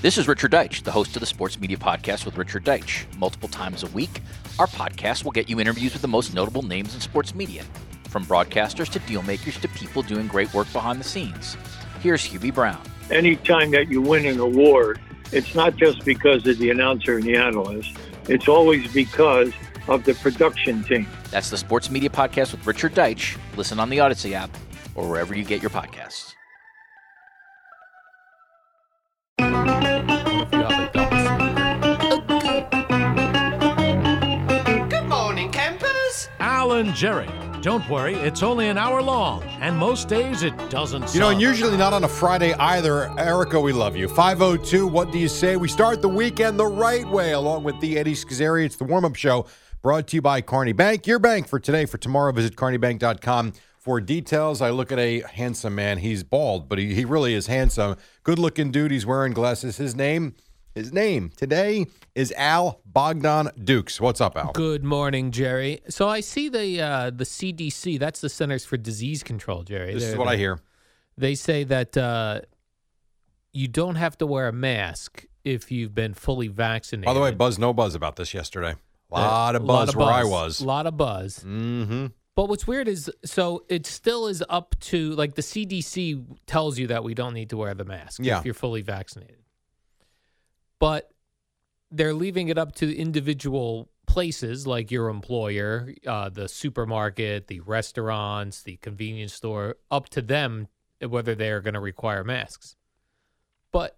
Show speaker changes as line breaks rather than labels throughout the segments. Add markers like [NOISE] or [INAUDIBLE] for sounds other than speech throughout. This is Richard Deitch, the host of the Sports Media Podcast with Richard Deitch. Multiple times a week, our podcast will get you interviews with the most notable names in sports media, from broadcasters to dealmakers to people doing great work behind the scenes. Here's Hubie Brown.
anytime that you win an award, it's not just because of the announcer and the analyst, it's always because of the production team.
That's the Sports Media Podcast with Richard Deitch. Listen on the Odyssey app or wherever you get your podcasts.
Good morning, campers.
Alan Jerry. Don't worry, it's only an hour long, and most days it doesn't
You know, and
suck.
usually not on a Friday either. Erica, we love you. 502, what do you say? We start the weekend the right way along with the Eddie Schizzeri. It's the warm up show brought to you by Carney Bank, your bank for today. For tomorrow, visit carneybank.com for details. I look at a handsome man. He's bald, but he, he really is handsome. Good looking dude. He's wearing glasses. His name, his name today is Al Bogdan Dukes. What's up, Al?
Good morning, Jerry. So I see the uh, the CDC. That's the Centers for Disease Control, Jerry.
This is
They're-
what I hear.
They say that uh, you don't have to wear a mask if you've been fully vaccinated.
By the way, buzz, no buzz about this yesterday. A lot of
A
buzz where I
buzz.
was.
lot of buzz. Mm-hmm. But what's weird is, so it still is up to like the CDC tells you that we don't need to wear the mask
Yeah.
if you're fully vaccinated. But they're leaving it up to individual places like your employer, uh, the supermarket, the restaurants, the convenience store, up to them uh, whether they are going to require masks. But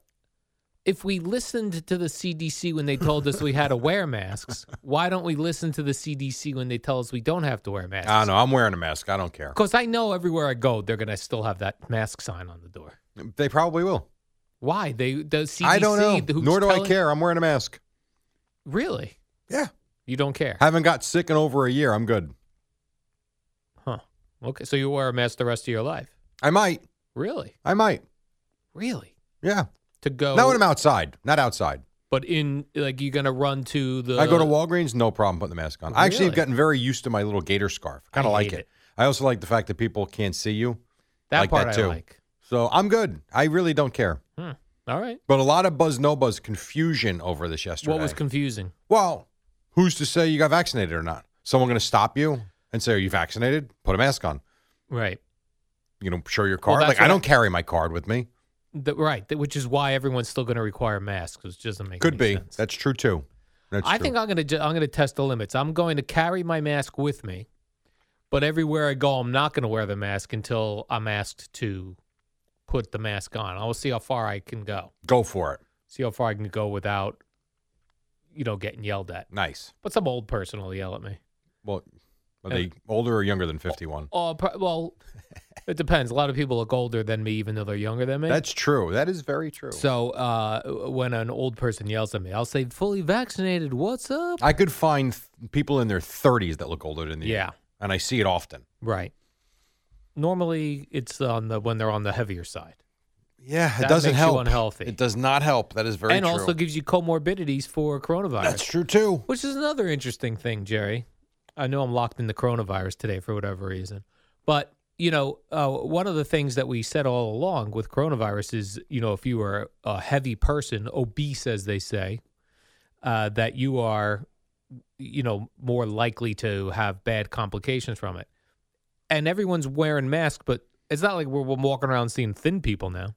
if we listened to the CDC when they told us we had to wear masks, why don't we listen to the CDC when they tell us we don't have to wear masks?
I don't know. I'm wearing a mask. I don't care.
Because I know everywhere I go, they're going to still have that mask sign on the door.
They probably will.
Why? They the CDC.
I don't know.
who's
Nor do I
telling-
care. I'm wearing a mask.
Really?
Yeah.
You don't care?
Haven't got sick in over a year. I'm good.
Huh. Okay. So you wear a mask the rest of your life?
I might.
Really?
I might.
Really?
Yeah.
To go?
Not when I'm outside. Not outside.
But in like you're going to run to the.
I go to Walgreens, no problem putting the mask on. I actually have
Uh, Really?
gotten very used to my little gator scarf. Kind
I
of like it.
hate it.
I also like the fact that people can't see you.
That
like
part
that
I
too.
like.
So I'm good. I really don't care.
Hmm. All right.
But a lot of buzz, no buzz confusion over this yesterday.
What was confusing?
Well, who's to say you got vaccinated or not? Someone going to stop you and say, "Are you vaccinated? Put a mask on."
Right.
You know, show your
Well,
card.
that's
like I
what-
don't carry my card with me.
The, right. th- which is why everyone's still going to require masks, which doesn't make
Could be.
any sense.
That's true too. That's
I
true.
think I'm gonna ju- I'm gonna test the limits. I'm going to carry my mask with me, but everywhere I go, I'm not gonna wear the mask until I'm asked to put the mask on. I will see how far I can go.
go for it.
See how far I can go without, you know, getting yelled at.
Nice.
But some old person will yell at me.
Well, are they older or younger than 51?
Oh, pro- well, it depends. A lot of people look older than me, even though they're younger than me.
That's true. That is very true.
so uh, when an old person yells at me, I'll say, "Fully vaccinated. What's up?"
I could find th- people in their 30s that look older than you.
Yeah.
And I see it often.
Right. Normally, it's on the when they're on the heavier side.
Yeah, it
That
doesn't
makes you
help.
unhealthy.
It does not help. That is very
and
true.
also gives you comorbidities for coronavirus,
That's true too.
which is another interesting thing, Jerry. I know I'm locked in the coronavirus today for whatever reason, but you know, uh, one of the things that we said all along with coronavirus is, you know, if you are a heavy person, obese as they say, uh, that you are, you know, more likely to have bad complications from it. And everyone's wearing masks, but it's not like we're, we're walking around seeing thin people now.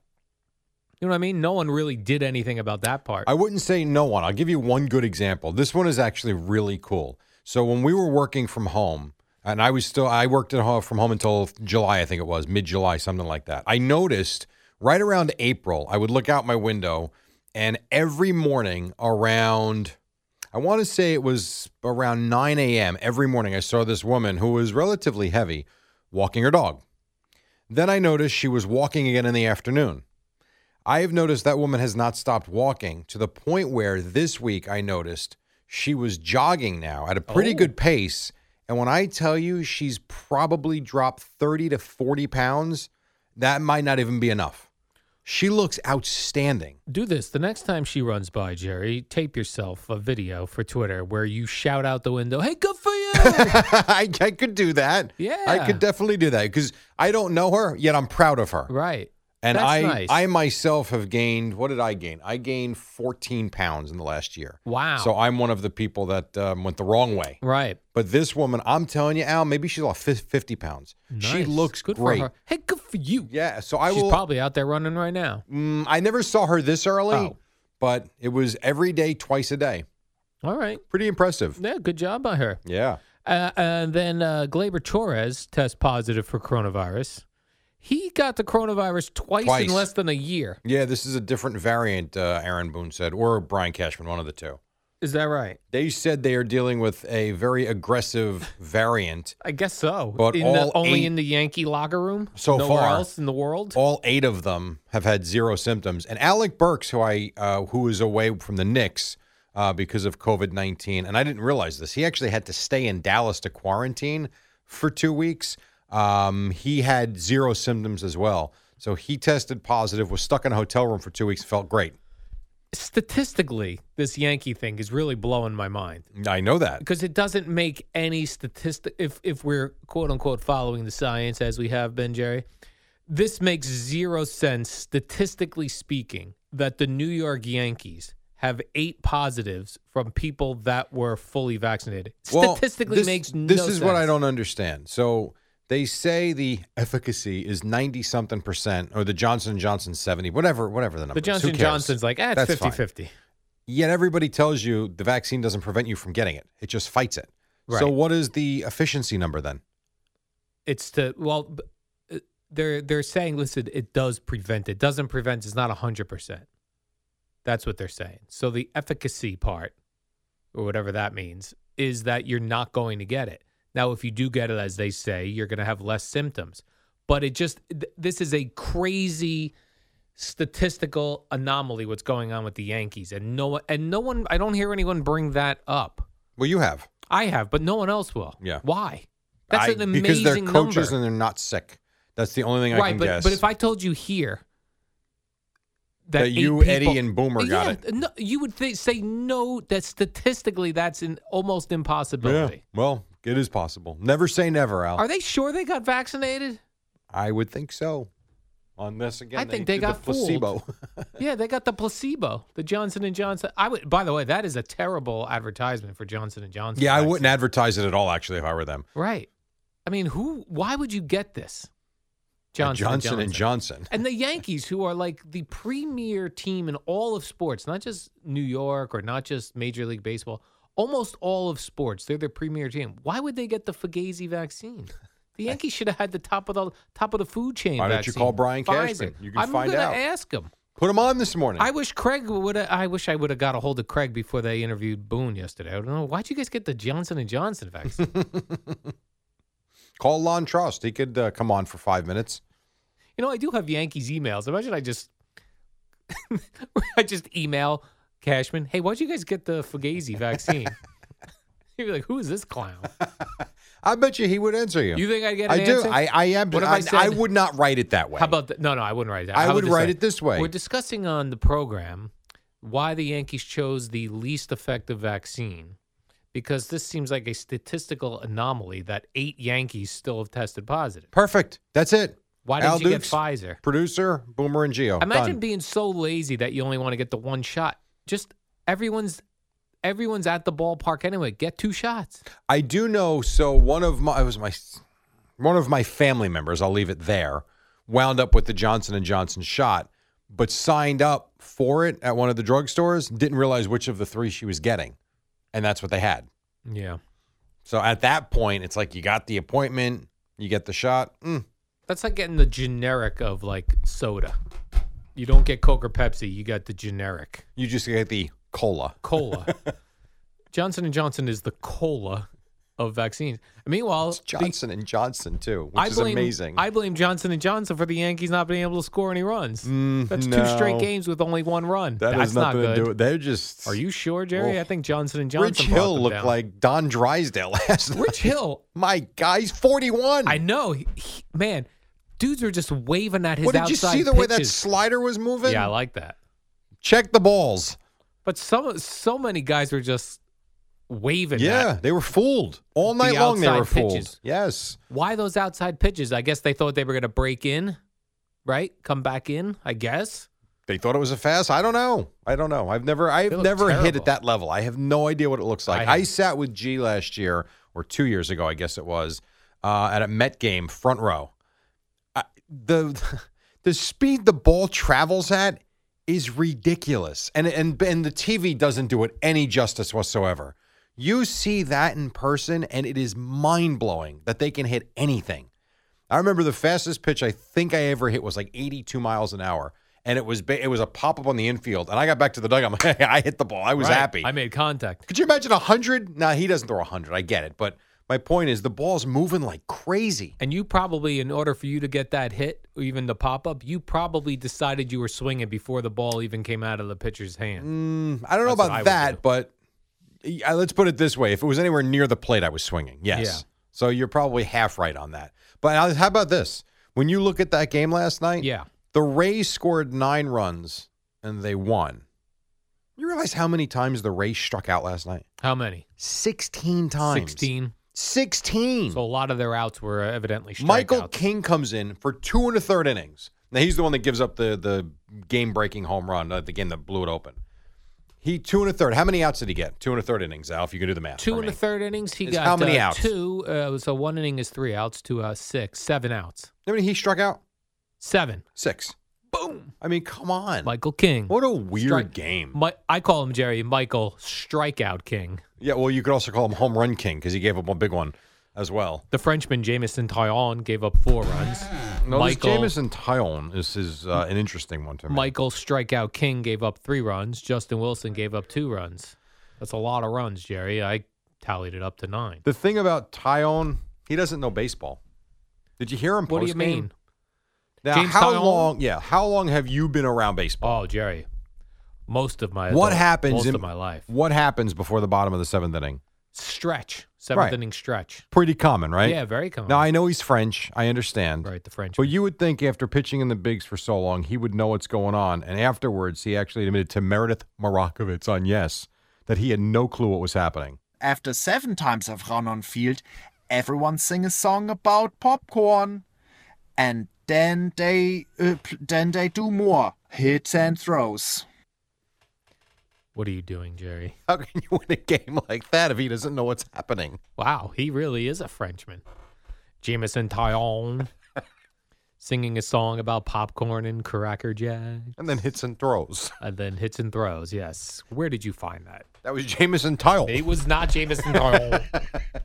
You know what I mean? No one really did anything about that part.
I wouldn't say no one. I'll give you one good example. This one is actually really cool. So when we were working from home, and I was still I worked at home from home until July, I think it was mid July, something like that. I noticed right around April, I would look out my window, and every morning around, I want to say it was around 9 a.m. Every morning, I saw this woman who was relatively heavy walking her dog. Then I noticed she was walking again in the afternoon. I have noticed that woman has not stopped walking to the point where this week I noticed she was jogging now at a pretty
Oh.
good pace. And when I tell you she's probably dropped 30 to 40 pounds, that might not even be enough. She looks outstanding. [LAUGHS]
Do this the next time she runs by, Jerry. Tape yourself a video for Twitter where you shout out the window, "Hey, good
[LAUGHS]
for you!"
I, I could do that. I
Yeah.
could definitely do that because I don't know her, yet I'm proud of her.
right.
And
That's
I,
nice.
I myself have gained. What did I gain? I gained 14 pounds in the last year.
Wow.
So I'm one of the people that um, went the wrong way.
Right.
But this woman, I'm telling you, Al, maybe she's lost fif- 50 pounds. She
Nice.
looks
good
great.
For her. Hey, good for you.
Yeah. So I
She's
will.
probably out there running right now.
Mm, I never saw her this early,
Oh.
but it was every day, twice a day.
All right.
Pretty impressive.
Yeah, good job by her.
Yeah.
Uh, and then uh, Glaber Torres tests positive for coronavirus. He got the coronavirus twice,
Twice.
in less than a year.
Yeah. This is a different variant, uh, Aaron Boone said, or Brian Cashman, one of the two.
Is that right?
They said they are dealing with a very aggressive [LAUGHS] variant.
I guess so.
But
in
all
the, only
eight-
in the Yankee locker room.
So
Nowhere
far.
else in the world.
All eight of them have had zero symptoms, and Alec Burks, who I uh, who is away from the Knicks uh, because of COVID nineteen, and I didn't realize this. He actually had to stay in Dallas to quarantine for two weeks. Um, he had zero symptoms as well, so he tested positive, was stuck in a hotel room for two weeks, felt great.
Statistically, this Yankee thing is really blowing my mind
I know that.
because it doesn't make any statistic. If if we're quote unquote following the science as we have been, Jerry, this makes zero sense statistically speaking that the New York Yankees have eight positives from people that were fully vaccinated. Statistically
this,
makes no
this is what I
sense.
don't understand. So they say the efficacy is ninety something percent, or the Johnson and Johnson seventy, whatever, whatever the number.
The
is. Who
Johnson
cares?
Johnson's like, ah,
That's
it's
fine.
50-50.
Yet everybody tells you the vaccine doesn't prevent you from getting it; it just fights it. So
Right.
what is the efficiency number then?
It's to well, b- uh, they're they're saying, listen, it does prevent. It doesn't prevent. It's not hundred percent. That's what they're saying. So the efficacy part, or whatever that means, is that you're not going to get it. Now, if you do get it, as they say, you're going to have less symptoms. But it just th- this is a crazy statistical anomaly what's going on with the Yankees, and no one and no one. I don't hear anyone bring that up.
Well, you have
I have, but no one else will.
Yeah.
Why? That's
I-
an amazing
because they're
number.
coaches and they're not sick. That's the only thing I
right,
can
but,
guess.
but if I told you here
That
eight
you, Eddie,
people-
and Boomer got
Yeah,
it.
no, you would th- say no. That statistically, that's an almost
yeah,
impossibility.
well, it is possible. Never say never, Al.
Are they sure they got vaccinated?
I would think so. Unless again,
I think they
did
got
the
fooled.
placebo.
yeah, they got the placebo, the Johnson and Johnson. I would. By the way, that is a terrible advertisement for Johnson and Johnson.
yeah, I
vaccine.
wouldn't advertise it at all. Actually, if I were them,
Right. I mean, who? Why would you get this? Johnson,
Johnson, and Johnson.
And the Yankees, who are like the premier team in all of sports, not just New York or not just Major League Baseball, almost all of sports, they're the premier team. Why would they get the Fugazi vaccine? The Yankees should have had the top of the top of the food chain.
Why don't you
vaccine.
call Brian Cashman?
Pfizer.
You can
I'm
find
gonna
out.
Ask him.
Put him on this morning.
I wish Craig would. I wish I would have got a hold of Craig before they interviewed Boone yesterday. I don't know why'd you guys get the Johnson and Johnson vaccine.
Call Lon Trust. He could uh, come on for five minutes.
You know, I do have Yankees emails. Imagine I just [LAUGHS] I just email Cashman, hey, why'd you guys get the
[LAUGHS]
Fugazi vaccine? He'd be like, who is this clown?
I bet you he would answer you.
You think I'd get
I
an
do.
answer?
I, I am.
What if
I,
I said-
I would not write it that way.
How about that? No, no, I wouldn't write it that.
I
How
would
about
write
way?
it this way.
We're discussing on the program why the Yankees chose the least effective vaccine because this seems like a statistical anomaly that eight Yankees still have tested positive.
Perfect. That's it.
Why
Al
didn't you get
Dukes,
Pfizer?
Producer Boomer and Geo.
Imagine
Done.
being so lazy that you only want to get the one shot. Just everyone's everyone's at the ballpark anyway. Get two shots.
I do know. So one of my it was my one of my family members. I'll leave it there. Wound up with the Johnson and Johnson shot, but signed up for it at one of the drugstores, didn't realize which of the three she was getting. And that's what they had.
Yeah.
So at that point, it's like you got the appointment, you get the shot. Mm,
That's like getting the generic of like soda. You don't get Coke or Pepsi, you got the generic
you just get the cola. [LAUGHS]
cola. Johnson and Johnson is the cola of vaccines. Meanwhile,
It's
the-
Johnson and Johnson too, which is
blame,
amazing.
I blame Johnson and Johnson for the Yankees not being able to score any runs.
Mm,
That's
no.
two straight games with only one run.
that
That's
has nothing
not
to
good.
do with. They're just.
Are you sure, Jerry?
Well,
I think Johnson and Johnson.
Rich
brought
Hill
them
looked
down.
like Don Drysdale [LAUGHS] last night.
Rich Hill.
My guy, he's forty-one.
I know, He- he- man. Dudes are just waving at his
what did you
outside
see the way that
pitches.
slider was moving?
Yeah, I like that.
check the balls.
But some so many guys were just waving.
Yeah,
at.
they were fooled all night long. They
outside
were fooled.
pitches.
Yes,
Why those outside pitches? I guess they thought they were going to break in, right? Come back in. I guess.
they thought it was a fast. I don't know. I don't know. I've never. I've
look
never hit
terrible.
at that level. I have no idea what it looks like.
I
I,
have.
sat with G last year or two years ago, I guess it was, uh, at a Met game, front row. I, the [LAUGHS] the speed the ball travels at is ridiculous, and and and the TV doesn't do it any justice whatsoever. You see that in person, and it is mind blowing that they can hit anything. I remember the fastest pitch I think I ever hit was like 82 miles an hour, and it was ba- it was a pop up on the infield, and I got back to the dugout. I'm like, [LAUGHS] I hit the ball. I was
Right.
happy.
I made contact.
Could you imagine 100? Nah, he doesn't throw 100. I get it, but my point is the ball's moving like crazy.
And you probably, in order for you to get that hit, or even the pop up, you probably decided you were swinging before the ball even came out of the pitcher's hand.
Mm, I don't know
That's what I
about
would do.
that, but yeah, let's put it this way: if it was anywhere near the plate, I was swinging. Yes.
Yeah.
So you're probably half right on that. But I- how about this? When you look at that game last night,
Yeah.
the Rays scored nine runs and they won. You realize how many times the Rays struck out last night?
How many?
16 times.
16.
16.
So a lot of their outs were uh, evidently strikeouts.
Michael King comes in for two and a third innings. Now he's the one that gives up the the game breaking home run, uh, the game that blew it open. He two and a third. How many outs did he get? Two and a third innings, Al. If you can do the math.
Two
for
and a
me.
third innings. He
Is
got
how many
uh,
outs?
Two. Uh, so one inning is three outs. Two outs, six, seven outs,
I mean, he struck out
seven.
six. Boom. I mean, come on.
Michael King.
what a weird
Strike-
game.
Mi- I call him Jerry Michael Strikeout King.
yeah. Well, you could also call him home run king because he gave up one big one as well.
The Frenchman Jameson Taillon gave up four runs.
Mm. No,
Michael-
this Jameson Tyone is is uh, an interesting one to me.
Michael Strikeout King gave up three runs. Justin Wilson gave up two runs. That's a lot of runs, Jerry. I tallied it up to nine.
The thing about Tyone, he doesn't know baseball. Did you hear him?
What do you
postgame?
mean?
Now,
James
how
Tyone?
long? Yeah, how long have you been around baseball?
Oh, Jerry. Most of my
what
adult-
happens
most
in
of my life
What happens before the bottom of the seventh inning?
stretch seventh
Right.
inning stretch.
Pretty common, right?
Yeah, very common.
Now I know he's French. I understand.
right the French.
But you would think after pitching in the bigs for so long, he would know what's going on. And afterwards, he actually admitted to Meredith Morakovitz on Yes that he had no clue what was happening.
After seven times I've run on field, everyone sing a song about popcorn, and then they uh, p- then they do more hits and throws.
what are you doing, Jerry?
How can you win a game like that if he doesn't know what's happening?
Wow, he really is a Frenchman. Jameson Taillon [LAUGHS] singing a song about popcorn and cracker jack,
And then hits and throws.
and then hits and throws. Yes, where did you find that?
That was Jameson Tyle.
It was not Jameson Taillon.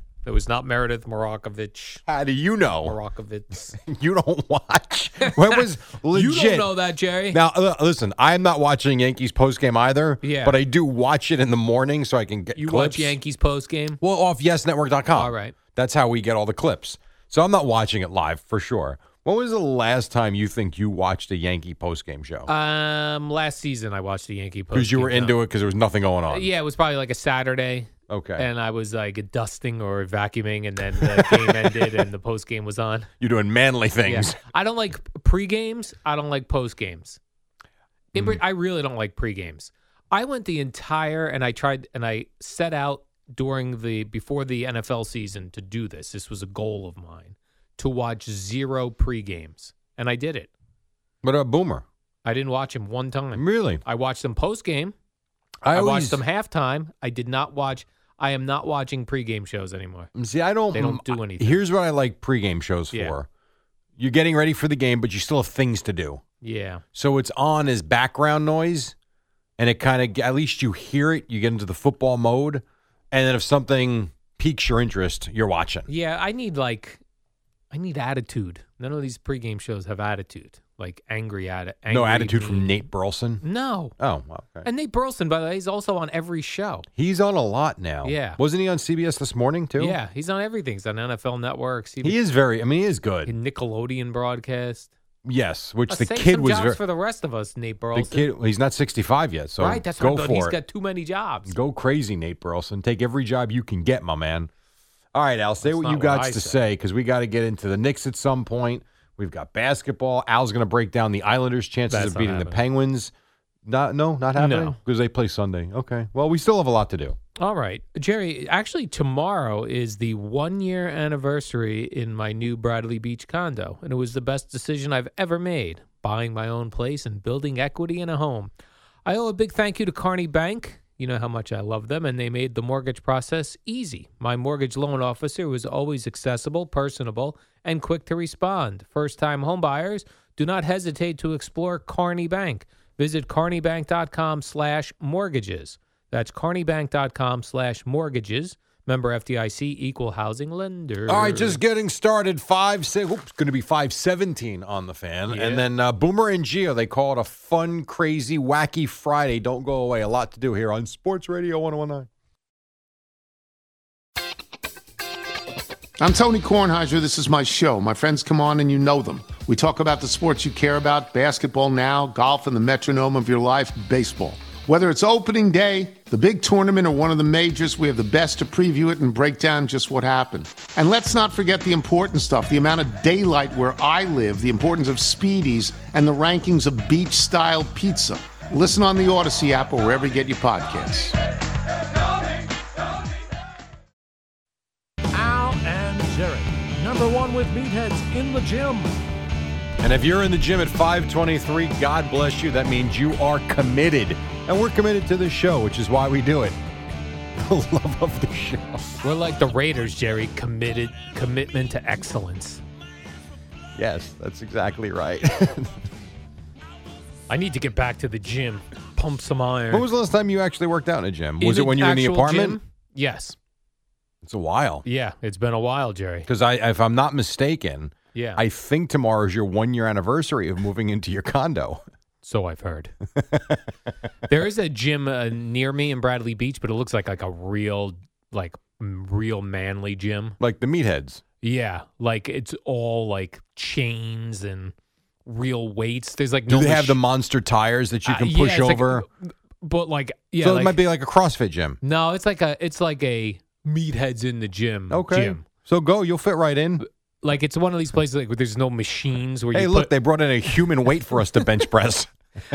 [LAUGHS]
it was not Meredith Morakovich.
How do you know? [LAUGHS]
Morakovitz.
You don't watch. [LAUGHS] When was legit?
You don't know that, Jerry.
Now, uh, listen, I'm not watching Yankees postgame either.
Yeah.
But I do watch it in the morning so I can get
you
clips.
watch Yankees post game.
Well, off yesnetwork.com.
All right.
That's how we get all the clips. So I'm not watching it live for sure. When was the last time you think you watched a Yankee postgame show?
Um, last season I watched the Yankee post.
Because you were into it because there was nothing going on.
Yeah, it was probably like a Saturday.
Okay.
And I was like dusting or vacuuming, and then the game
[LAUGHS]
ended and the post game was on.
You're doing manly
Yeah.
things.
I don't like pre games. I don't like post games.
Hmm.
In pre- I really don't like pre games. I went the entire and I tried and I set out during the before the NFL season to do this. This was a goal of mine to watch zero pre games, and I did it.
But a boomer.
I didn't watch him one time.
Really?
I watched them post game.
I,
I,
always,
watched them halftime. I did not watch. I am not watching pregame shows anymore.
[LAUGHS] See, I don't.
They don't do anything.
Here's what I like pregame shows
Yeah.
for: You're getting ready for the game, but you still have things to do.
Yeah.
So it's on as background noise, and it kind of at least you hear it. You get into the football mode, and then if something piques your interest, you're watching.
Yeah, I need like I need attitude. None of these pregame shows have attitude. Like angry at it.
no attitude from Nate Burleson.
No.
Oh, well, okay.
And Nate Burleson, by the way, he's also on every show.
He's on a lot now.
Yeah.
Wasn't he on CBS this morning too?
Yeah, he's on everything. He's on NFL Network. CB-
He is very. I mean, he is good.
in Nickelodeon broadcast.
Yes, which
Uh,
the
save
kid
some
was
jobs
very.
for the rest of us, Nate
the
Burleson.
kid. He's not 65 yet, so
right, that's
go
what I'm
for
going. He's
it.
got too many jobs.
Go crazy, Nate Burleson. Take every job you can get, my man. All right, Al, say
That's
what
not
you
what
got
I
to
said.
say because we got to get into the Knicks at some point. We've got basketball. Al's going to break down the Islanders' chances
That's
of
not
beating the
happening.
Penguins. Not, no, not happening
No.
because they play Sunday. Okay. Well, we still have a lot to do.
All right, Jerry. Actually, tomorrow is the one-year anniversary in my new Bradley Beach condo, and it was the best decision I've ever made: buying my own place and building equity in a home. I owe a big thank you to Carney Bank. You know how much I love them, and they made the mortgage process easy. My mortgage loan officer was always accessible, personable, and quick to respond. First time homebuyers, do not hesitate to explore Carney Bank. Visit carneybank.com slash mortgages. That's carneybank.com slash mortgages. Member FDIC, equal housing lender.
All right, just getting started. Five, six, oops, going to be five seventeen on the fan, and then uh, Boomer and Geo. They call it a fun, crazy, wacky Friday. Don't go away. A lot to do here on Sports Radio one one nine.
I'm Tony Kornheiser. This is my show. My friends come on and you know them. We talk about the sports you care about basketball now, golf, and the metronome of your life, baseball. Whether it's opening day, the big tournament, or one of the majors, we have the best to preview it and break down just what happened. And let's not forget the important stuff the amount of daylight where I live, the importance of speedies, and the rankings of beach style pizza. Listen on the Odyssey app or wherever you get your podcasts.
Al and Jerry, number one with meatheads in the gym.
And if you're in the gym at 523, God bless you. That means you are committed. And we're committed to this show, which is why we do it. [LAUGHS] The love of the show.
We're like the Raiders, Jerry. Committed commitment to excellence.
Yes, that's exactly right. [LAUGHS]
I need to get back to the gym, pump some iron.
when was the last time you actually worked out in a gym? Was
In
it when you were in the
actual
apartment?
gym? Yes.
It's a while.
Yeah, it's been a while, Jerry.
Because I, if I'm not mistaken,
Yeah.
I think tomorrow is your one year anniversary of moving into your condo.
So
[LAUGHS]
I've heard. there is a gym uh, near me in Bradley Beach, but it looks like like a real like m- real manly gym.
Like the meatheads.
Yeah, like it's all like chains and real weights. There's like
Do
no
they have the
mach-
monster tires that you
Uh,
can
yeah,
push
it's like- uh,
over?
but like yeah,
so it
like-
might be like a CrossFit gym.
no, it's like a it's like a meatheads in the gym.
Okay.
gym.
So go, you'll fit right in.
Like it's one of these places like where there's no machines where
Hey,
you
look,
put-
they brought in a human weight for us to bench
[LAUGHS]
press.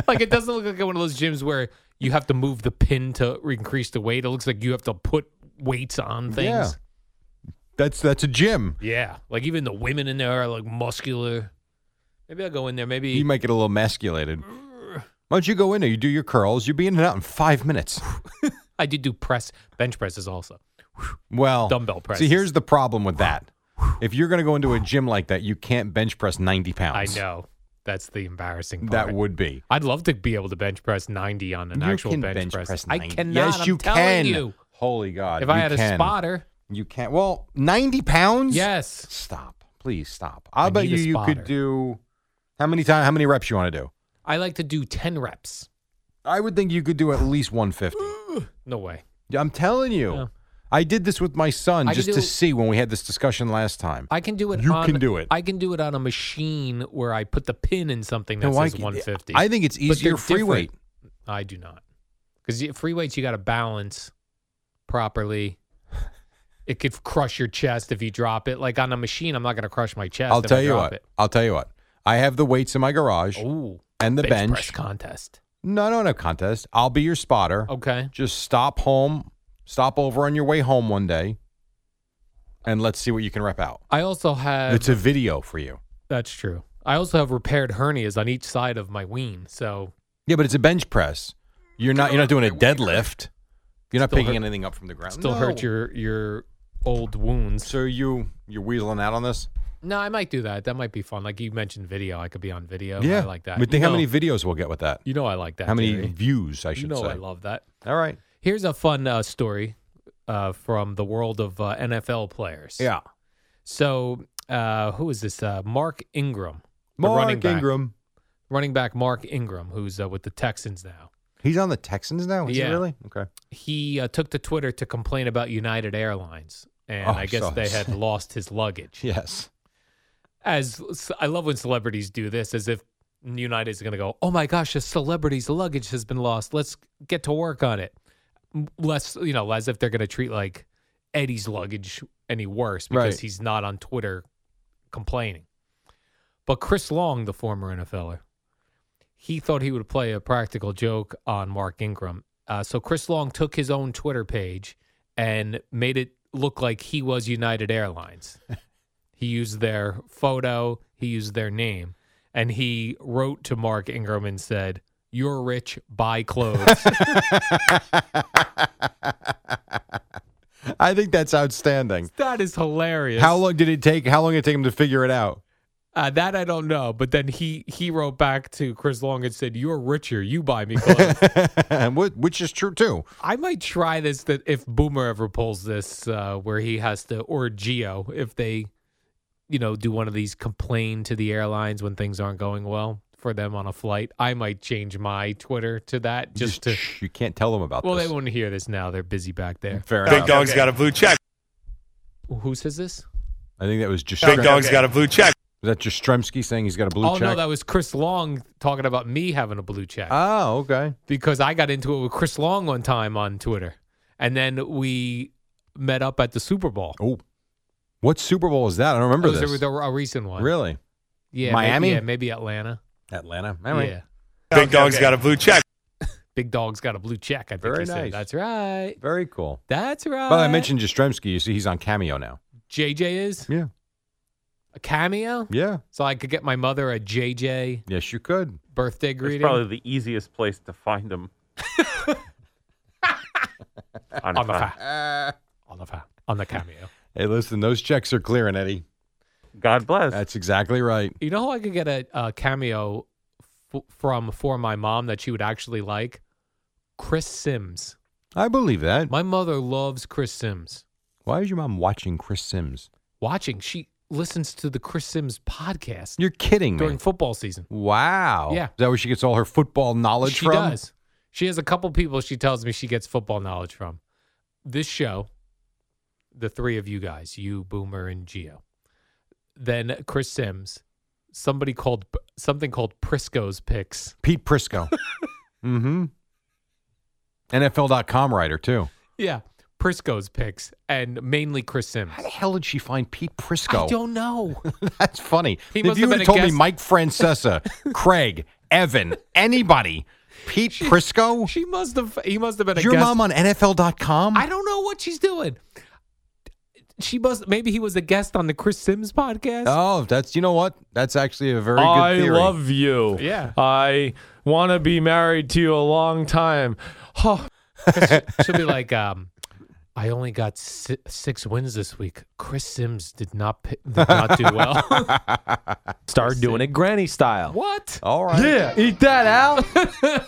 like it doesn't look like one of those gyms where you have to move the pin to increase the weight. It looks like you have to put weights on things.
That's that's a gym.
Yeah. Like even the women in there are like muscular. Maybe I'll go in there. Maybe
You might get a little masculated. Why don't you go in there? You do your curls. You'll be in and out in five minutes.
I did do press bench presses also.
Well,
Dumbbell press.
See, here's the problem with that. If you're going to go into a gym like that, you can't bench press 90
I
pounds.
know. That's the embarrassing part.
That would be.
I'd love to be able to bench press 90 on an
you
actual
can
bench,
bench
press.
press
I
90.
cannot.
Yes,
I'm
you
telling
can.
You.
Holy God.
If I
you
had
can.
a spotter,
You can't. Well, 90 pounds?
yes.
Stop. Please stop. I'll
I
bet you
need a
you could
spotter.
do how many time, how many reps you want to do?
I like to do 10 reps.
I would think you could do at least 150.
No way.
Yeah, I'm telling you.
Yeah.
I did this with my son
I
just
could
to
do-
see when we had this discussion last time.
I can do it.
You
on,
can do it.
I can do it on a machine where I put the pin in something that
Then why
says
can't-
150.
I think it's
But they're
easier free
different.
weight.
I do not, because free weights you got to balance properly. It could crush your chest if you drop it. Like on a machine, I'm not going to crush my chest.
I'll
if
tell
I
you
drop
what.
It.
I'll tell you what. I have the weights in my garage
Ooh,
and the
bench,
bench.
press contest.
No, no, no contest. I'll be your spotter.
Okay,
Just stop home, stop over on your way home one day, and let's see what you can rep out.
I also have.
it's a video for you.
that's true. I also have repaired hernias on each side of my ween, so
Yeah, but it's a bench press. You're not. You're not doing a deadlift. You're not
Still
picking
hurt-
anything up from the ground.
still
No.
hurt your your old wounds.
So you you're weaseling out on this.
No, I might do that. That might be fun. Like you mentioned, video. I could be on video.
yeah,
Oh, I like that.
But
You
think how
know-
many videos we'll get with that?
You know, I like that.
How many
theory.
views? I
You
should
know
say.
I love that.
All right.
Here's a fun uh, story uh, from the world of uh, NFL players.
Yeah.
So uh, who is this? Uh, Mark Ingram. the
Mark
running back-
Ingram.
Running back Mark Ingram, who's uh, with the Texans now.
He's on the Texans now. Is he
Yeah.
really? Okay.
[LAUGHS] He uh, took to Twitter to complain about United Airlines, and
Oh,
I guess
so-
they had lost his luggage.
Yes.
As I love when celebrities do this, as if United's going to go, "Oh my gosh, a celebrity's luggage has been lost. Let's get to work on it." M- Less, you know, as if they're going to treat like Eddie's luggage any worse because
Right.
he's not on Twitter complaining. But Chris Long, the former NFLer, er, he thought he would play a practical joke on Mark Ingram. Uh, so Chris Long took his own Twitter page and made it look like he was United Airlines. he used their photo, he used their name, and he wrote to Mark Ingram and said, "You're rich, buy clothes."
I think that's outstanding.
[LAUGHS] that is hilarious.
How long did it take? How long did it take him to figure it out? [LAUGHS]
Uh, that I don't know, but then he he wrote back to Chris Long and said, "You're richer. You buy me clothes."
[LAUGHS] Whi- Which is true too.
I might try this that if Boomer ever pulls this, uh, where he has to, or Geo, if they, you know, do one of these complain to the airlines when things aren't going well for them on a flight. I might change my Twitter to that just, to.
Shh, you can't tell them about
Well,
this.
they won't hear this now. They're busy back there.
[LAUGHS] Fair
Big
enough.
Dog's got a blue check.
Who says this?
I think that was just
Big Dog's got a blue check.
Is that Jastrzemski saying he's got a blue
oh
check?
no, that was Chris Long talking about me having a blue check.
Oh, okay.
because I got into it with Chris Long one time on Twitter, and then we met up at the Super Bowl.
Oh, what Super Bowl is that? I don't remember
it was
this.
a, a recent one.
Really?
Yeah,
Miami?
Maybe, yeah, maybe Atlanta.
Atlanta. All right.
Yeah,
Big Dog's got a blue check.
[LAUGHS] Big Dog's got a blue check. I think
Very
he said.
nice.
That's right.
Very cool.
That's right.
But I mentioned Jastrzemski. You see, he's on Cameo now.
JJ is
Yeah.
a cameo,
Yeah.
so I could get my mother a JJ
Yes, you could.
birthday greeting.
the easiest place to find
[LAUGHS]
them.
on the fa- on the fa- on the cameo.
Hey, listen, those checks are clearing, Eddie.
God bless.
That's exactly right.
You know who I could get a, a cameo f- from for my mom that she would actually like? Chris Sims.
I believe that.
My mother loves Chris Sims.
Why is your mom watching Chris Sims?
Watching, she listens to the Chris Sims podcast
You're kidding
during
me.
football season.
Wow.
Yeah.
Is that where she gets all her football knowledge
she
from?
does. She has a couple people she tells me she gets football knowledge from. This show, the three of you guys, you, Boomer, and Geo. Then Chris Sims, somebody called something called Prisco's Picks.
Pete
[LAUGHS]
Prisco. mm-hmm. NFL.com writer, too.
Yeah, Prisco's picks and mainly Chris Sims.
How the hell did she find Pete Prisco?
I don't know.
[LAUGHS] That's funny.
He
if
must
you
have
would
been a
told me
guest-
Mike Francesa,
[LAUGHS]
Craig, Evan, anybody, Pete Prisco,
[LAUGHS] She must have. He must have been a
your
guest.
mom on NFL.com?
I don't know what she's doing. She must. Maybe he was a guest on the Chris Sims podcast.
Oh, that's you know what? That's actually a very good
I
theory.
love you.
Yeah.
I want to be married to you a long time.
[LAUGHS]
Oh,
She'll be like, um, I only got si- six wins this week. Chris Sims did not pi- did not do
[LAUGHS]
well.
start doing it granny style.
what?
All right.
Yeah, eat that, Al.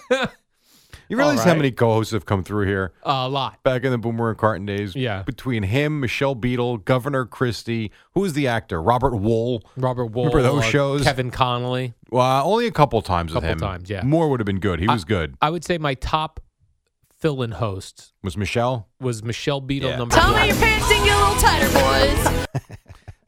You realize
All
how
right.
many co-hosts have come through here
A lot.
back in the Boomer and Carton days?
Yeah.
Between him, Michelle Beadle, Governor Christie, who was the actor? Robert Wool.
Robert Wool.
Remember those
uh,
shows?
Kevin Connolly.
Well, only a couple times with
Couple
him.
times, yeah.
More would have been good. He was good.
I would say my top fill-in host
Was Michelle?
was Michelle Beadle.
Yeah.
Number
Tell
one.
me your pants didn't get a little tighter, boys.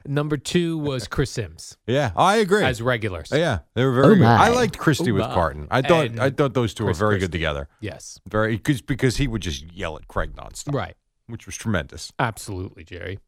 Number two was Chris Sims
Yeah, I agree.
as regulars.
yeah, they were very.
Oh
good.
my.
I liked Christie
Oh
with
my.
Carton. I thought
And
I thought those two
Chris
were very good
Christie.
together.
Yes.
Very because because he would just yell at Craig nonstop,
Right.
which was tremendous.
Absolutely, Jerry.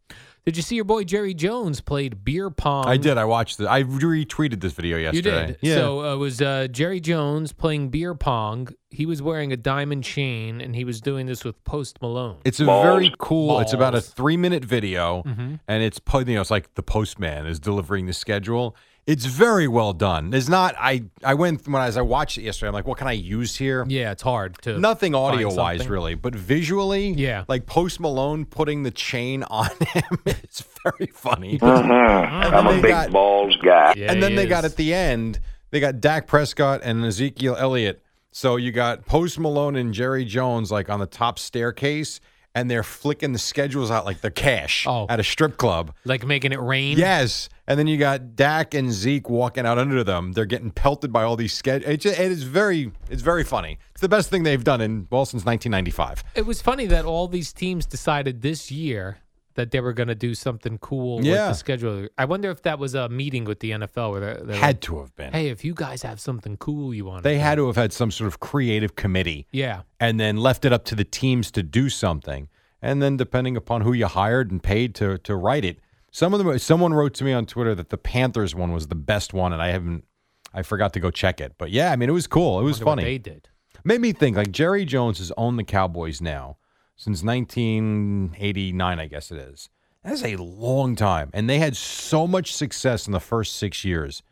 Did you see your boy Jerry Jones played beer pong?
I did. I watched the. I retweeted this video
Um, You
yesterday.
did.
Yeah.
So uh, it was uh, Jerry Jones playing beer pong. He was wearing a diamond chain, and he was doing this with Post Malone.
It's a very cool. It's about a
Balls.
three minute video,
Mhm.
and it's po- you know it's like the postman is delivering the schedule. It's very well done. It's not. I I went when I- as I watched it yesterday. I'm like, what can I use here?
Yeah, it's hard to
Nothing
find
audio wise,
something.
really, but visually, yeah. Like Post Malone putting the chain on [LAUGHS] him, it's very funny. And
Mm-hmm. I'm
then
a
they
big
got-
balls guy.
and then they got at the end, they got Dak Prescott and Ezekiel Elliott. So you got Post Malone and Jerry Jones like on the top staircase, and they're flicking the schedules out like the cash at a strip club.
like making it rain.
Yes, and then you got Dak and Zeke walking out under them. They're getting pelted by all these schedules. It is very, it's very funny. It's the best thing they've done in well since 1995.
It was funny that all these teams decided this year that they were going to do something cool
Yeah.
with the schedule. I wonder if that was a meeting with the NFL where they're, they're
Had
like,
to have been.
Hey, if you guys have something cool you want,
They had to have had some sort of creative committee.
Yeah.
and then left it up to the teams to do something. And then depending upon who you hired and paid to to write it, some of them someone wrote to me on Twitter that the Panthers one was the best one, and I haven't I forgot to go check it. But yeah, I mean it was cool. It was
wonder what
funny.
they did.
Made me think like Jerry Jones has owned the Cowboys now since 1989, I guess it is. That's a long time, and they had so much success in the first six years.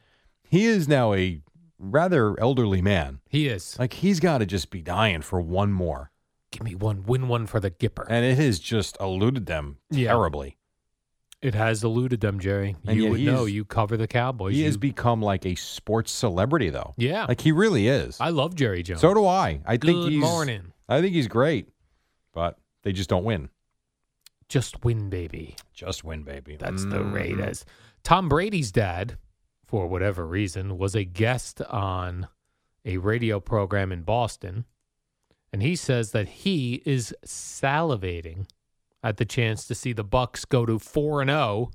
He is now a rather elderly man.
He is.
Like he's got to just be dying for one more.
Give me one, win one for the Gipper.
And it has just eluded them
Yeah.
terribly.
It has eluded them, Jerry.
And
you
yet
would
he
know.
is-
You cover the Cowboys.
He
You-
has become like a sports celebrity, though.
Yeah.
like he really is.
I love Jerry Jones.
So do I. I think
Good
he's.
morning.
I think he's great, but they just don't win.
Just win, baby.
Just win, baby.
That's the
Mm.
Mm-hmm.
Raiders. Tom Brady's dad, for whatever reason, was a guest on a radio program in Boston. And he says that he is salivating at the chance to see the Bucks go to 4 and 0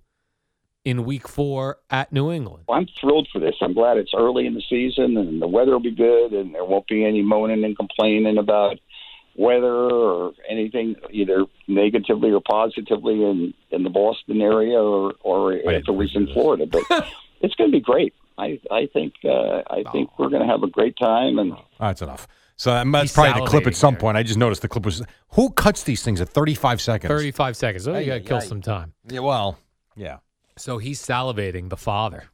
in week 4 at New England.
Well, I'm thrilled for this. I'm glad it's early in the season and the weather will be good and there won't be any moaning and complaining about weather or anything either negatively or positively in, in the Boston area or, or if it was in Florida. But
[LAUGHS]
it's going to be great. I, I think uh, I think we're going to have a great time and
Oh, that's enough. So um, that's probably the clip at some point. I just noticed the clip was. Who cuts these things at 35 seconds?
35 seconds. Oh,
Ay,
you got to
ay,
kill
ay.
some time.
Yeah, well, yeah.
So he's salivating, the father.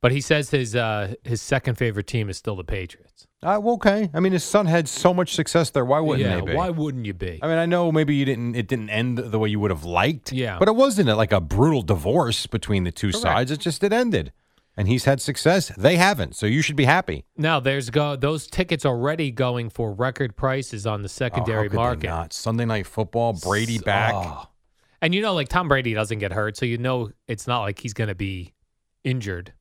But he says his uh, his second favorite team is still the Patriots.
Uh, well, okay. I mean, his son had so much success there. Why wouldn't
yeah,
they be?
why wouldn't you be?
I mean, I know maybe you didn't. It didn't end the way you would have liked.
Yeah.
But it wasn't like a brutal divorce between the two
Correct.
sides. It just it ended, and he's had success. They haven't, so you should be happy.
Now there's go those tickets already going for record prices on the secondary
Oh, could they
market.
not? Sunday night football, Brady
S-
back.
oh. And you know, like Tom Brady doesn't get hurt, so you know it's not like he's going to be injured.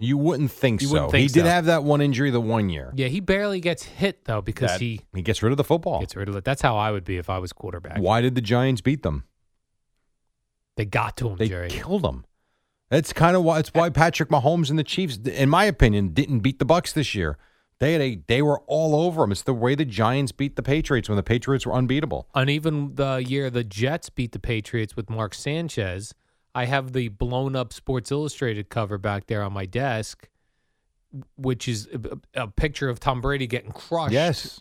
You wouldn't think
You
so.
wouldn't think
he did
so.
have that one injury the one year.
Yeah, he barely gets hit though because
That-
he
he gets rid of the football.
gets rid of it. That's how I would be if I was quarterback.
Why did the Giants beat them?
They got to him,
They
Jerry.
killed them. That's kind of why. It's why Patrick Mahomes and the Chiefs, in my opinion, didn't beat the Bucks this year. They had a, they were all over them. It's the way the Giants beat the Patriots when the Patriots were unbeatable.
And even the year the Jets beat the Patriots with Mark Sanchez, I have the blown up Sports Illustrated cover back there on my desk, which is a, a picture of Tom Brady getting crushed
Yes.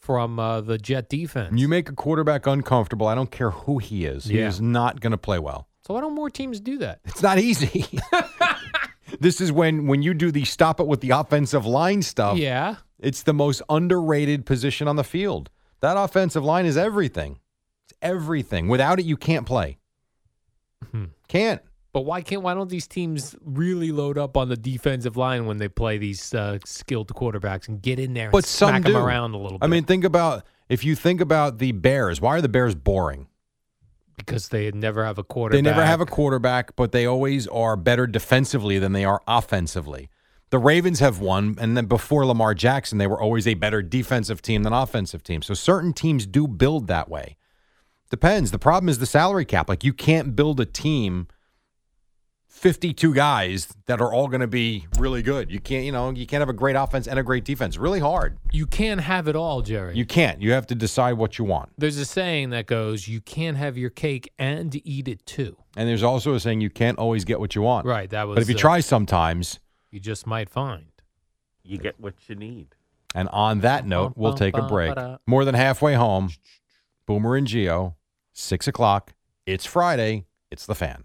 from uh, the Jet defense.
You make a quarterback uncomfortable. I don't care who he is. He
Yeah.
is not going to play well.
So why don't more teams do that?
It's not easy. [LAUGHS] this is when when you do the stop it with the offensive line stuff.
[LAUGHS] Yeah.
It's the most underrated position on the field. That offensive line is everything. It's everything. Without it, you can't play.
Hmm.
Can't.
But why can't why don't these teams really load up on the defensive line when they play these uh, skilled quarterbacks and get in there and
But some
smack
do.
them around a little bit?
I mean, think about if you think about the Bears. Why are the Bears boring?
because they never have a
They
quarterback.
never have a quarterback, but they always are better defensively than they are offensively. The Ravens have won, and then before Lamar Jackson, they were always a better defensive team than offensive team. So certain teams do build that way. Depends. The problem is the salary cap. Like you can't build a team 52 guys that are all going to be really good. You can't, you know, you can't have a great offense and a great defense. Really hard.
You can't have it all, Jerry.
You can't. You have to decide what you want.
There's a saying that goes, "You can't have your cake and eat it too."
And there's also a saying you can't always get what you want.
Right, uh, that was
But if you
the-
try sometimes,
You just might find.
You get what you need.
And on that note, we'll take a break. More than halfway home, Boomer and Geo, six o'clock. It's Friday. It's the fan.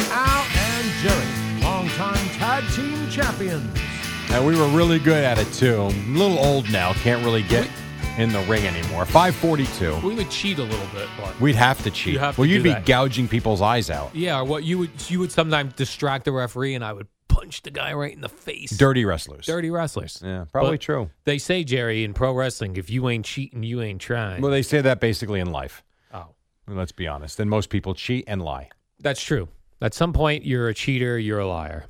Al and Jerry, longtime tag team champions.
And we were really good at it too. I'm a little old now, can't really get in the ring anymore. 542.
We would cheat a little bit, Mark.
We'd have to cheat.
You have to
well,
do
you'd be
that.
gouging people's eyes out.
Yeah, or what you would you would sometimes distract the referee, and I would punch the guy right in the face.
Dirty wrestlers.
Dirty wrestlers.
Yeah, probably
But
true.
They say Jerry in pro wrestling, if you ain't cheating, you ain't trying.
Well, they say that basically in life.
Oh.
Let's be honest. And most people cheat and lie.
That's true. At some point, you're a cheater, you're a liar.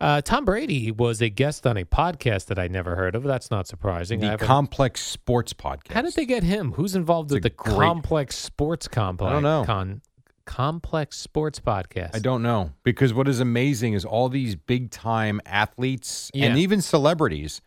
Uh, Tom Brady was a guest on a podcast that I never heard of. That's not surprising. I
The
haven't-
Complex Sports Podcast.
How did they get him? Who's involved with the complex sports complex?
I don't know.
Con, complex sports podcast.
I don't know because what is amazing is all these big time athletes and
Yeah.
even celebrities.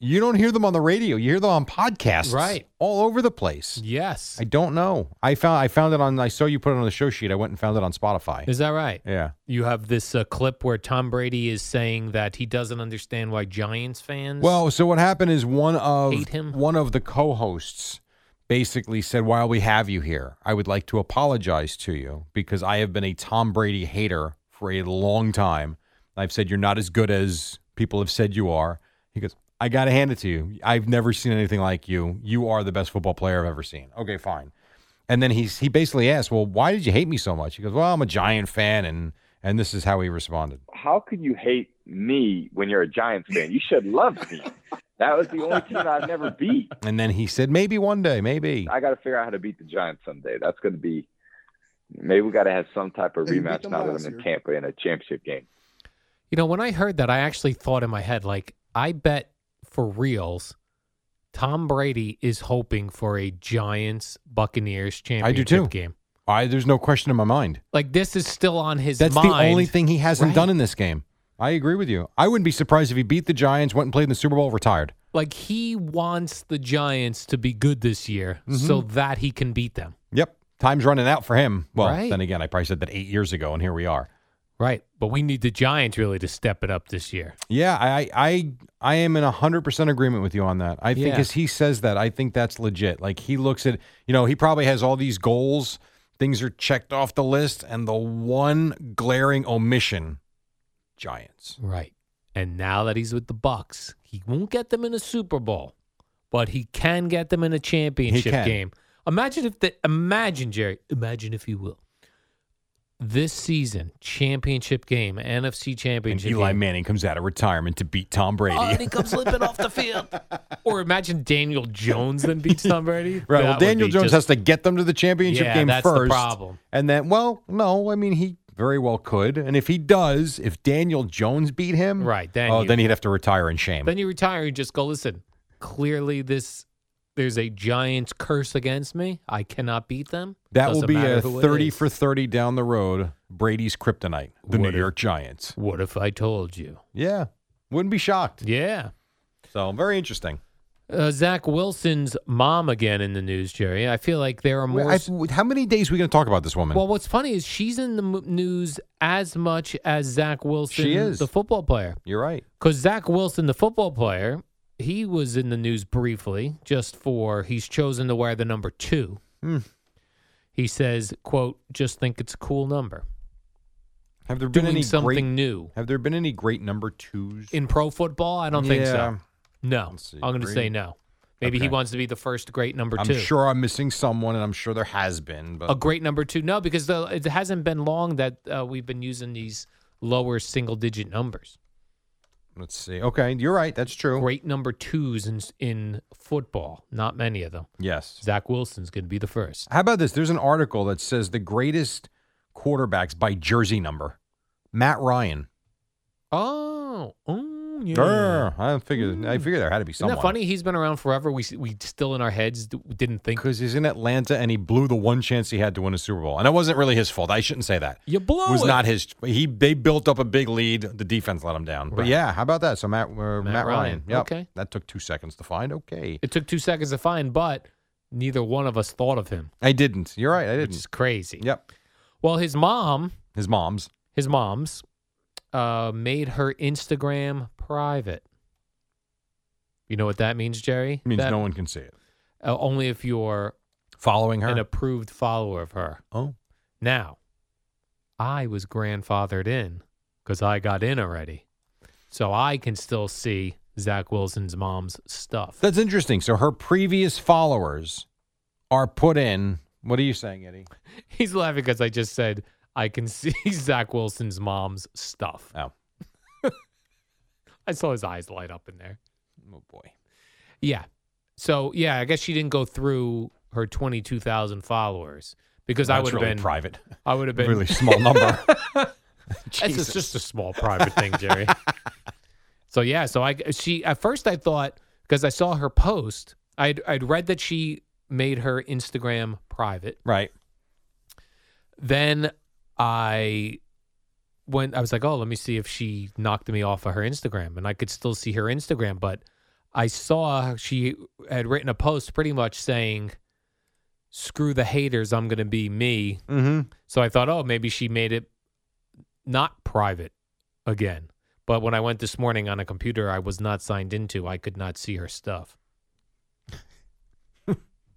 You don't hear them on the radio. You hear them on podcasts,
Right.
All over the place.
Yes.
I don't know. I found I found it on. I saw you put it on the show sheet. I went and found it on Spotify.
Is that right?
yeah.
You have this uh, clip where Tom Brady is saying that he doesn't understand why Giants fans.
Well, so what happened is one of
Hate him.
one of the co-hosts basically said, "While we have you here, I would like to apologize to you because I have been a Tom Brady hater for a long time. I've said you're not as good as people have said you are." He goes, "I got to hand it to you. I've never seen anything like you. You are the best football player I've ever seen." Okay, fine. And then he's he basically asked, "Well, why did you hate me so much?" He goes, "Well, I'm a Giant fan," and and this is how he responded.
How could you hate me when you're a Giants fan? You should love me. That was the only team I've never beat.
And then he said, "Maybe one day, maybe."
I got to figure out how to beat the Giants someday. That's going to be maybe we got to have some type of
Hey, you beat
rematch
them
now that
last
I'm in
year.
Tampa in a championship game.
You know, when I heard that, I actually thought in my head, like, I bet for reals, Tom Brady is hoping for a Giants Buccaneers
I
championship
do too.
game.
I there's no question in my mind.
Like, this is still on his
That's
mind.
the only thing he hasn't
Right.
done in this game. I agree with you. I wouldn't be surprised if he beat the Giants, went and played in the Super Bowl, retired.
Like, he wants the Giants to be good this year
Mm-hmm.
so that he can beat them.
Yep. Time's running out for him. Well,
Right.
then again, I probably said that eight years ago, and here we are.
Right. But we need the Giants really to step it up this year.
Yeah, I I I am in hundred percent agreement with you on that. I think
Yeah.
as he says that, I think that's legit. Like he looks at you know, he probably has all these goals, things are checked off the list, and the one glaring omission, Giants.
Right. And now that he's with the Bucks, he won't get them in a Super Bowl, but he can get them in a championship
can.
game. Imagine if the imagine Jerry, imagine if you will. This season, championship game, NFC
And
championship
Eli
game.
Manning comes out of retirement to beat Tom Brady.
Oh, and he comes limping off the field. Or imagine Daniel Jones then beats Tom Brady.
[LAUGHS] [LAUGHS] Right.
That
well,
would
Daniel
be
Jones
just-
has to get them to the championship
Yeah,
game
that's the
first.
problem.
And then, well, no, I mean he very well could, and if he does, if Daniel Jones beat him,
Right, then
oh,
you-
then he'd have to retire in shame.
Then you retire. You just go. Listen, clearly this there's a Giants curse against me. I cannot beat them.
that will
Doesn't
be
matter
a
who it
thirty
is.
for thirty down the road. Brady's kryptonite, the
What
New
if-
York Giants.
What if I told you?
Yeah, wouldn't be shocked.
Yeah.
So very interesting.
Uh, Zach Wilson's mom again in the news, Jerry. I feel like there are more.
I- how many days are we going to talk about this woman?
well, what's funny is she's in the m- news as much as Zach Wilson,
She is.
the football player.
You're right.
Because Zach Wilson, the football player, he was in the news briefly just for he's chosen to wear the number two.
Hmm.
He says, "quote Just think it's a cool number."
Have there been
doing
any
something
great,
new.
Have there been any great number twos?
In pro football, I don't think
Yeah.
so. No,
Let's see.
I'm going to
Great.
say no. Maybe
Okay.
he wants to be the first great number
I'm
two.
sure I'm missing someone, and I'm sure there has been. But
a great number two. No, because the, it hasn't been long that uh, we've been using these lower single digit numbers.
let's see. Okay, you're right. That's true.
Great number twos in in football. Not many of them.
Yes.
Zach Wilson's going to be the first.
How about this? There's an article that says the greatest quarterbacks by jersey number. Matt Ryan.
Oh, mm, Junior.
Grr. I figured. I figured there had to be
Hmm. Isn't
someone.
that funny? He's been around forever. We s- we still in our heads d- didn't think
because he's in Atlanta and he blew the one chance he had to win a Super Bowl, and it wasn't really his fault. I shouldn't say that.
you blew
it was
it.
not his. He they built up a big lead. The defense let him down. But
Right.
yeah, how about that? So Matt uh, Matt, Ryan.
Ryan.
Yep.
Okay.
that took two seconds to find. Okay,
It took two seconds to find, but neither one of us thought of him.
I didn't. You're right. I
Which
didn't.
is crazy.
Yep.
Well, his mom,
His mom's.
his mom's, uh, made her Instagram private. You know what that means, Jerry?
means
That-
no one can see it.
uh, only if you're
Following her.
an approved follower of her.
oh,
Now, I was grandfathered in because I got in already, so I can still see Zach Wilson's mom's stuff.
that's interesting. So her previous followers are put in. What are you saying, Eddie?
[LAUGHS] He's laughing because I just said I can [LAUGHS] see Zach Wilson's mom's stuff.
Oh.
[LAUGHS] I saw his eyes light up in there.
Oh boy.
Yeah. So yeah, I guess she didn't go through her twenty two thousand followers because I
That's
would have
really
been
private.
I would have [LAUGHS] been
Really small
[LAUGHS]
number.
It's just- just a small private thing,
[LAUGHS]
Jerry. so yeah, so I she at first I thought because I saw her post, I'd I'd read that she made her Instagram private.
right.
Then I went I was like, "Oh, let me see if she knocked me off of her Instagram." And I could still see her Instagram, but I saw she had written a post pretty much saying screw the haters, I'm going to be me.
Mm-hmm.
So I thought, "Oh, maybe she made it not private again." But when I went this morning on a computer I was not signed into, I could not see her stuff.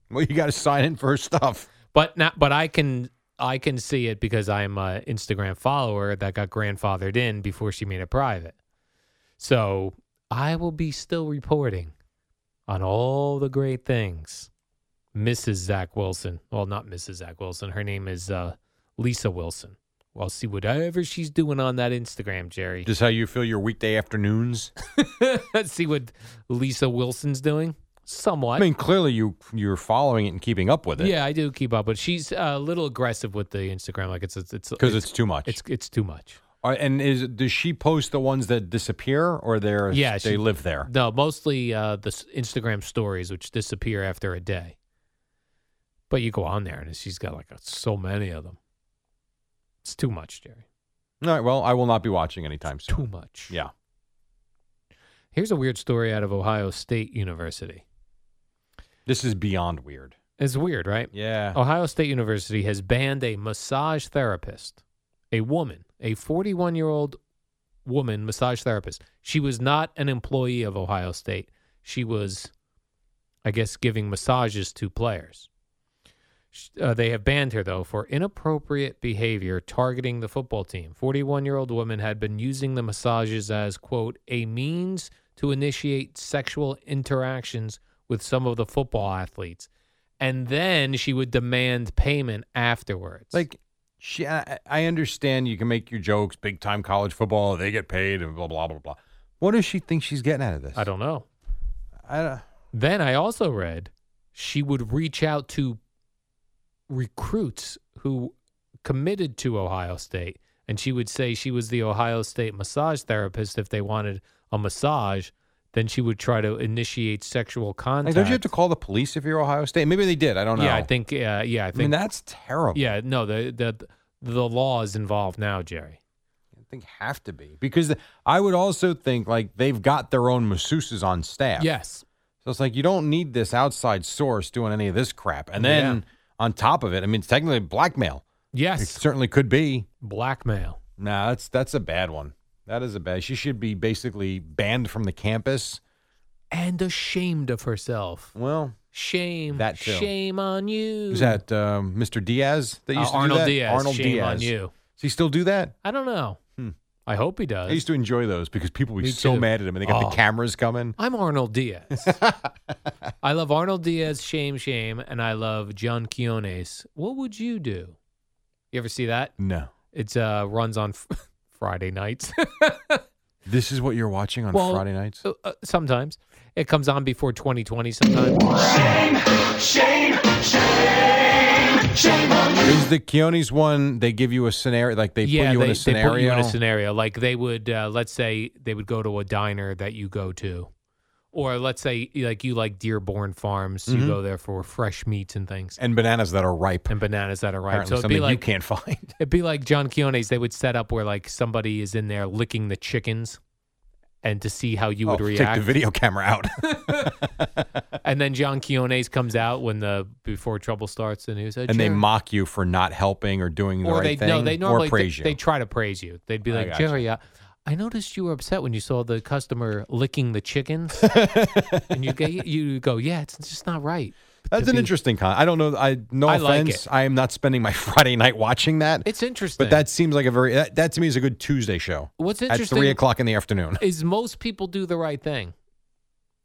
Well, you got to sign in for her stuff.
But not, but I can I can see it because I'm a Instagram follower that got grandfathered in before she made it private. So I will be still reporting on all the great things. Mrs. Zach Wilson. Well, not Mrs. Zach Wilson. Her name is uh, Lisa Wilson. Well, see whatever she's doing on that Instagram, Jerry.
Just how you feel your weekday afternoons.
[LAUGHS] see what Lisa Wilson's doing. Somewhat.
I mean, clearly you you're following it and keeping up with it.
Yeah, I do keep up, but she's uh, a little aggressive with the Instagram. Like it's it's it's
because it's, too much.
it's it's too much.
All right, and is does she post the ones that disappear or they're
Yeah,
they
she-
live there?
No, mostly uh, the s- Instagram stories, which disappear after a day. But you go on there, and she's got like so many of them. It's too much, Jerry.
All right, well, I will not be watching anytime soon.
Too much.
Yeah.
Here's a weird story out of Ohio State University.
This is beyond weird.
It's weird, right?
Yeah.
Ohio State University has banned a massage therapist, a woman, a 41 year old woman massage therapist. She was not an employee of Ohio State. She was, I guess, giving massages to players. Sh- Uh, they have banned her, though, for inappropriate behavior targeting the football team. 41 year old woman had been using the massages as, quote, a means to initiate sexual interactions with some of the football athletes. And then she would demand payment afterwards.
Like she I, I understand you can make your jokes, big time college football, they get paid and blah blah blah blah. What does she think she's getting out of this?
I don't know.
I don't
Then I also read she would reach out to recruits who committed to Ohio State, and she would say she was the Ohio State massage therapist. If they wanted a massage, then she would try to initiate sexual
like,
contact.
don't you have to call the police if you're Ohio State? Maybe they did. I don't know.
Yeah, I think. Uh, yeah, I
I mean
think.
that's terrible.
yeah, no, the the the law is involved now, Jerry.
I think have to be because th- I would also think like they've got their own masseuses on staff.
Yes.
So it's like you don't need this outside source doing any of this crap. And then on top of it, I mean, it's technically blackmail.
Yes.
It certainly could be.
Blackmail.
Nah, that's that's a bad one. That is a bad. She should be basically banned from the campus.
And ashamed of herself.
Well,
Shame.
That too.
shame on you.
is that um, Mr. Diaz that
Uh,
used to
Arnold
do that?
Diaz.
Arnold
Shame
Diaz.
on you.
Does he still do that?
I don't know.
Hmm.
I hope he
I
does.
used to enjoy those because people were
Uh, Me
so
too.
mad at him, and they got
Oh.
the cameras coming.
I'm Arnold Diaz.
[LAUGHS]
I love Arnold Diaz, Shame, Shame, and I love John Quiones. What would you do? You ever see that?
No,
It uh, runs on f- [LAUGHS] Friday nights. [LAUGHS]
this is what you're watching on
Well,
Friday nights.
uh, uh, sometimes. It comes on before 2020 sometimes.
Shame, shame, shame.
Shame on you. Is the Keone's one? They give you a scenario, like they
yeah,
put you
they,
in a
they put you
scenario.
in a scenario. Like they would, uh, let's say they would go to a diner that you go to, or let's say like you like Dearborn Farms,
Mhm.
you go there for fresh meats and things,
and bananas that are ripe,
and bananas that are ripe.
Apparently
so it'd
something
be like
you can't find.
It'd be like John Keone's. They would set up where like somebody is in there licking the chickens, and to see how [LAUGHS] you would
Oh,
react.
Take the video camera
[LAUGHS]
out.
And then John Keone's comes out when the before trouble starts, and he said,
and they
"Sure."
mock you for not helping or doing the
or
right
they
thing,
no, they normally
or praise
they,
you.
they try to praise you. They'd be
I
like,
gotcha.
Jerry, I, I noticed you were upset when you saw the customer licking the
[LAUGHS]
chickens, and you go, you go, yeah, it's just not right.
That's
to
an
be-
interesting con. I don't know. I no
I like
offense. I am not spending my [LAUGHS] Friday night watching that.
It's interesting.
but that seems like a very that, that to me is a good Tuesday show.
What's
at three
interesting-
o'clock in the [LAUGHS] afternoon?
is most people do the right thing.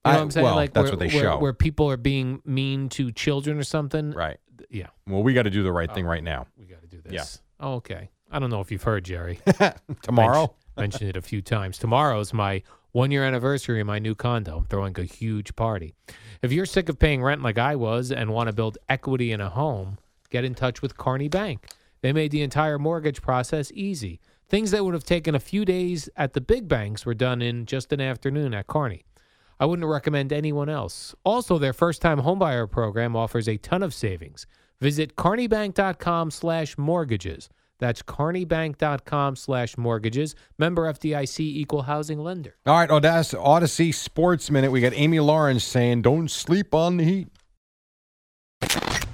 You
I-
know what I'm saying?
well,
like
that's
where,
what they
where,
show.
Where people are being mean to children or something.
Right.
Yeah.
Well, we got to do the right thing right now.
We got to do this. Oh, okay. I don't know if you've heard, Jerry.
[LAUGHS] Tomorrow?
Mention- mentioned it a few times. Tomorrow is my one year anniversary in my new condo. I'm throwing a huge party. If you're sick of paying rent like I was and want to build equity in a home, get in touch with Carney Bank. They made the entire mortgage process easy. Things that would have taken a few days at the big banks were done in just an afternoon at Carney. I wouldn't recommend anyone else. Also, their first-time homebuyer program offers a ton of savings. Visit carneybank.com slash mortgages. That's carneybank.com slash mortgages. Member FDIC equal housing lender.
All right, Audac- Odyssey Sports Minute. We got Amy Lawrence saying, "Don't sleep on the heat."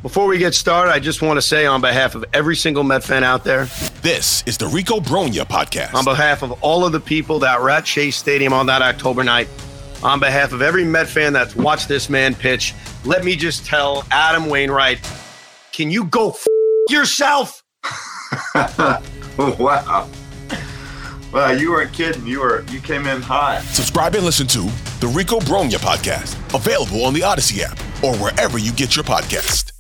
Before we get started, I just want to say on behalf of every single Met fan out there, this is the Rico Bronya podcast. On behalf of all of the people that were at Chase Stadium on that October night, on behalf of every Met fan that's watched this man pitch, let me just tell Adam Wainwright, can you go f- yourself?
[LAUGHS] wow. Wow, you weren't kidding. You were you came in hot.
Subscribe and listen to the Rico Bronya podcast, available on the Odyssey app or wherever you get your podcast.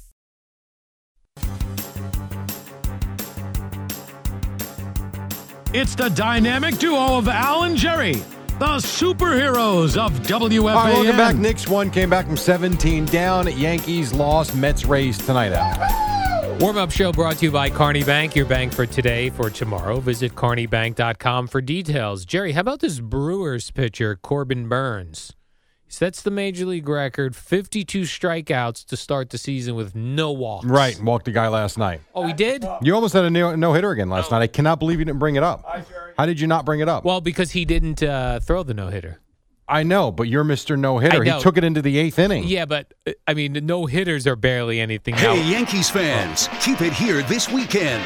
It's the dynamic duo of Al and Jerry, the superheroes of WFAN.
All right, welcome back. Knicks won, came back from 17 down. Yankees lost, Mets raised tonight out.
Warm-up show brought to you by Carney Bank, your bank for today, for tomorrow. Visit carneybank.com for details. Jerry, how about this Brewers pitcher, Corbin Burns? He sets the major league record, 52 strikeouts to start the season with no
[LAUGHS]
walks.
Right, walked a guy last night.
Oh, he did?
You almost had a no hitter again last night. I cannot believe you didn't bring it up. How did you not bring it up?
Well, because he didn't uh, throw the no hitter.
I know, but you're Mr. No
I
hitter. He
know.
took it into the eighth inning.
Yeah, but uh, I mean, no hitters are barely anything. now.
Hey, Yankees fans, keep it here this weekend